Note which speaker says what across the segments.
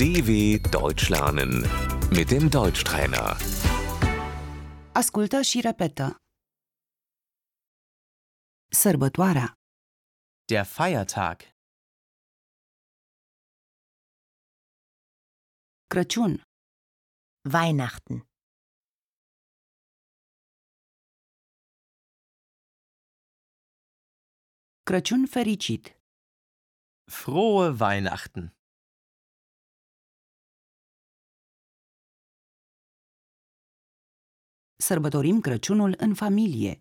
Speaker 1: DW Deutsch lernen mit dem Deutschtrainer.
Speaker 2: Ascultă și repetă. Sărbătoarea,
Speaker 3: Der Feiertag,
Speaker 2: Crăciun,
Speaker 4: Weihnachten,
Speaker 2: Crăciun fericit,
Speaker 3: frohe Weihnachten,
Speaker 2: sărbătorim Crăciunul în familie,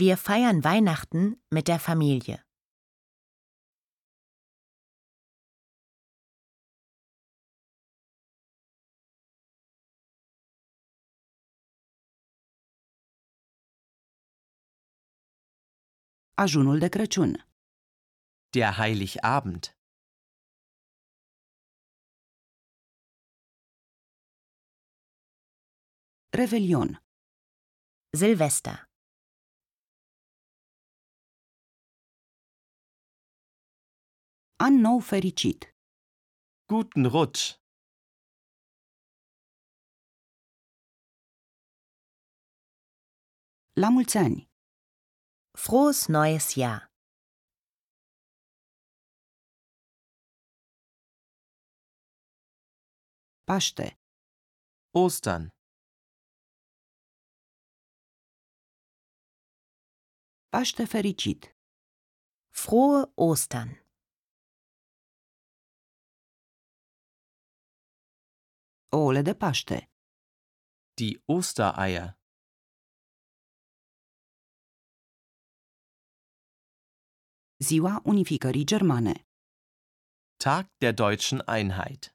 Speaker 4: wir feiern Weihnachten mit der Familie,
Speaker 2: ajunul de Crăciun,
Speaker 3: der Heiligabend,
Speaker 2: Revelion,
Speaker 4: Silvester,
Speaker 2: An nou fericit,
Speaker 3: guten Rutsch,
Speaker 2: la mulți ani,
Speaker 4: frohes neues Jahr,
Speaker 2: Paște,
Speaker 3: Ostern,
Speaker 2: Paște fericit,
Speaker 4: frohe Ostern,
Speaker 2: ouăle de Paște,
Speaker 3: die Ostereier,
Speaker 2: Ziua Unificării Germane,
Speaker 3: Tag der deutschen Einheit,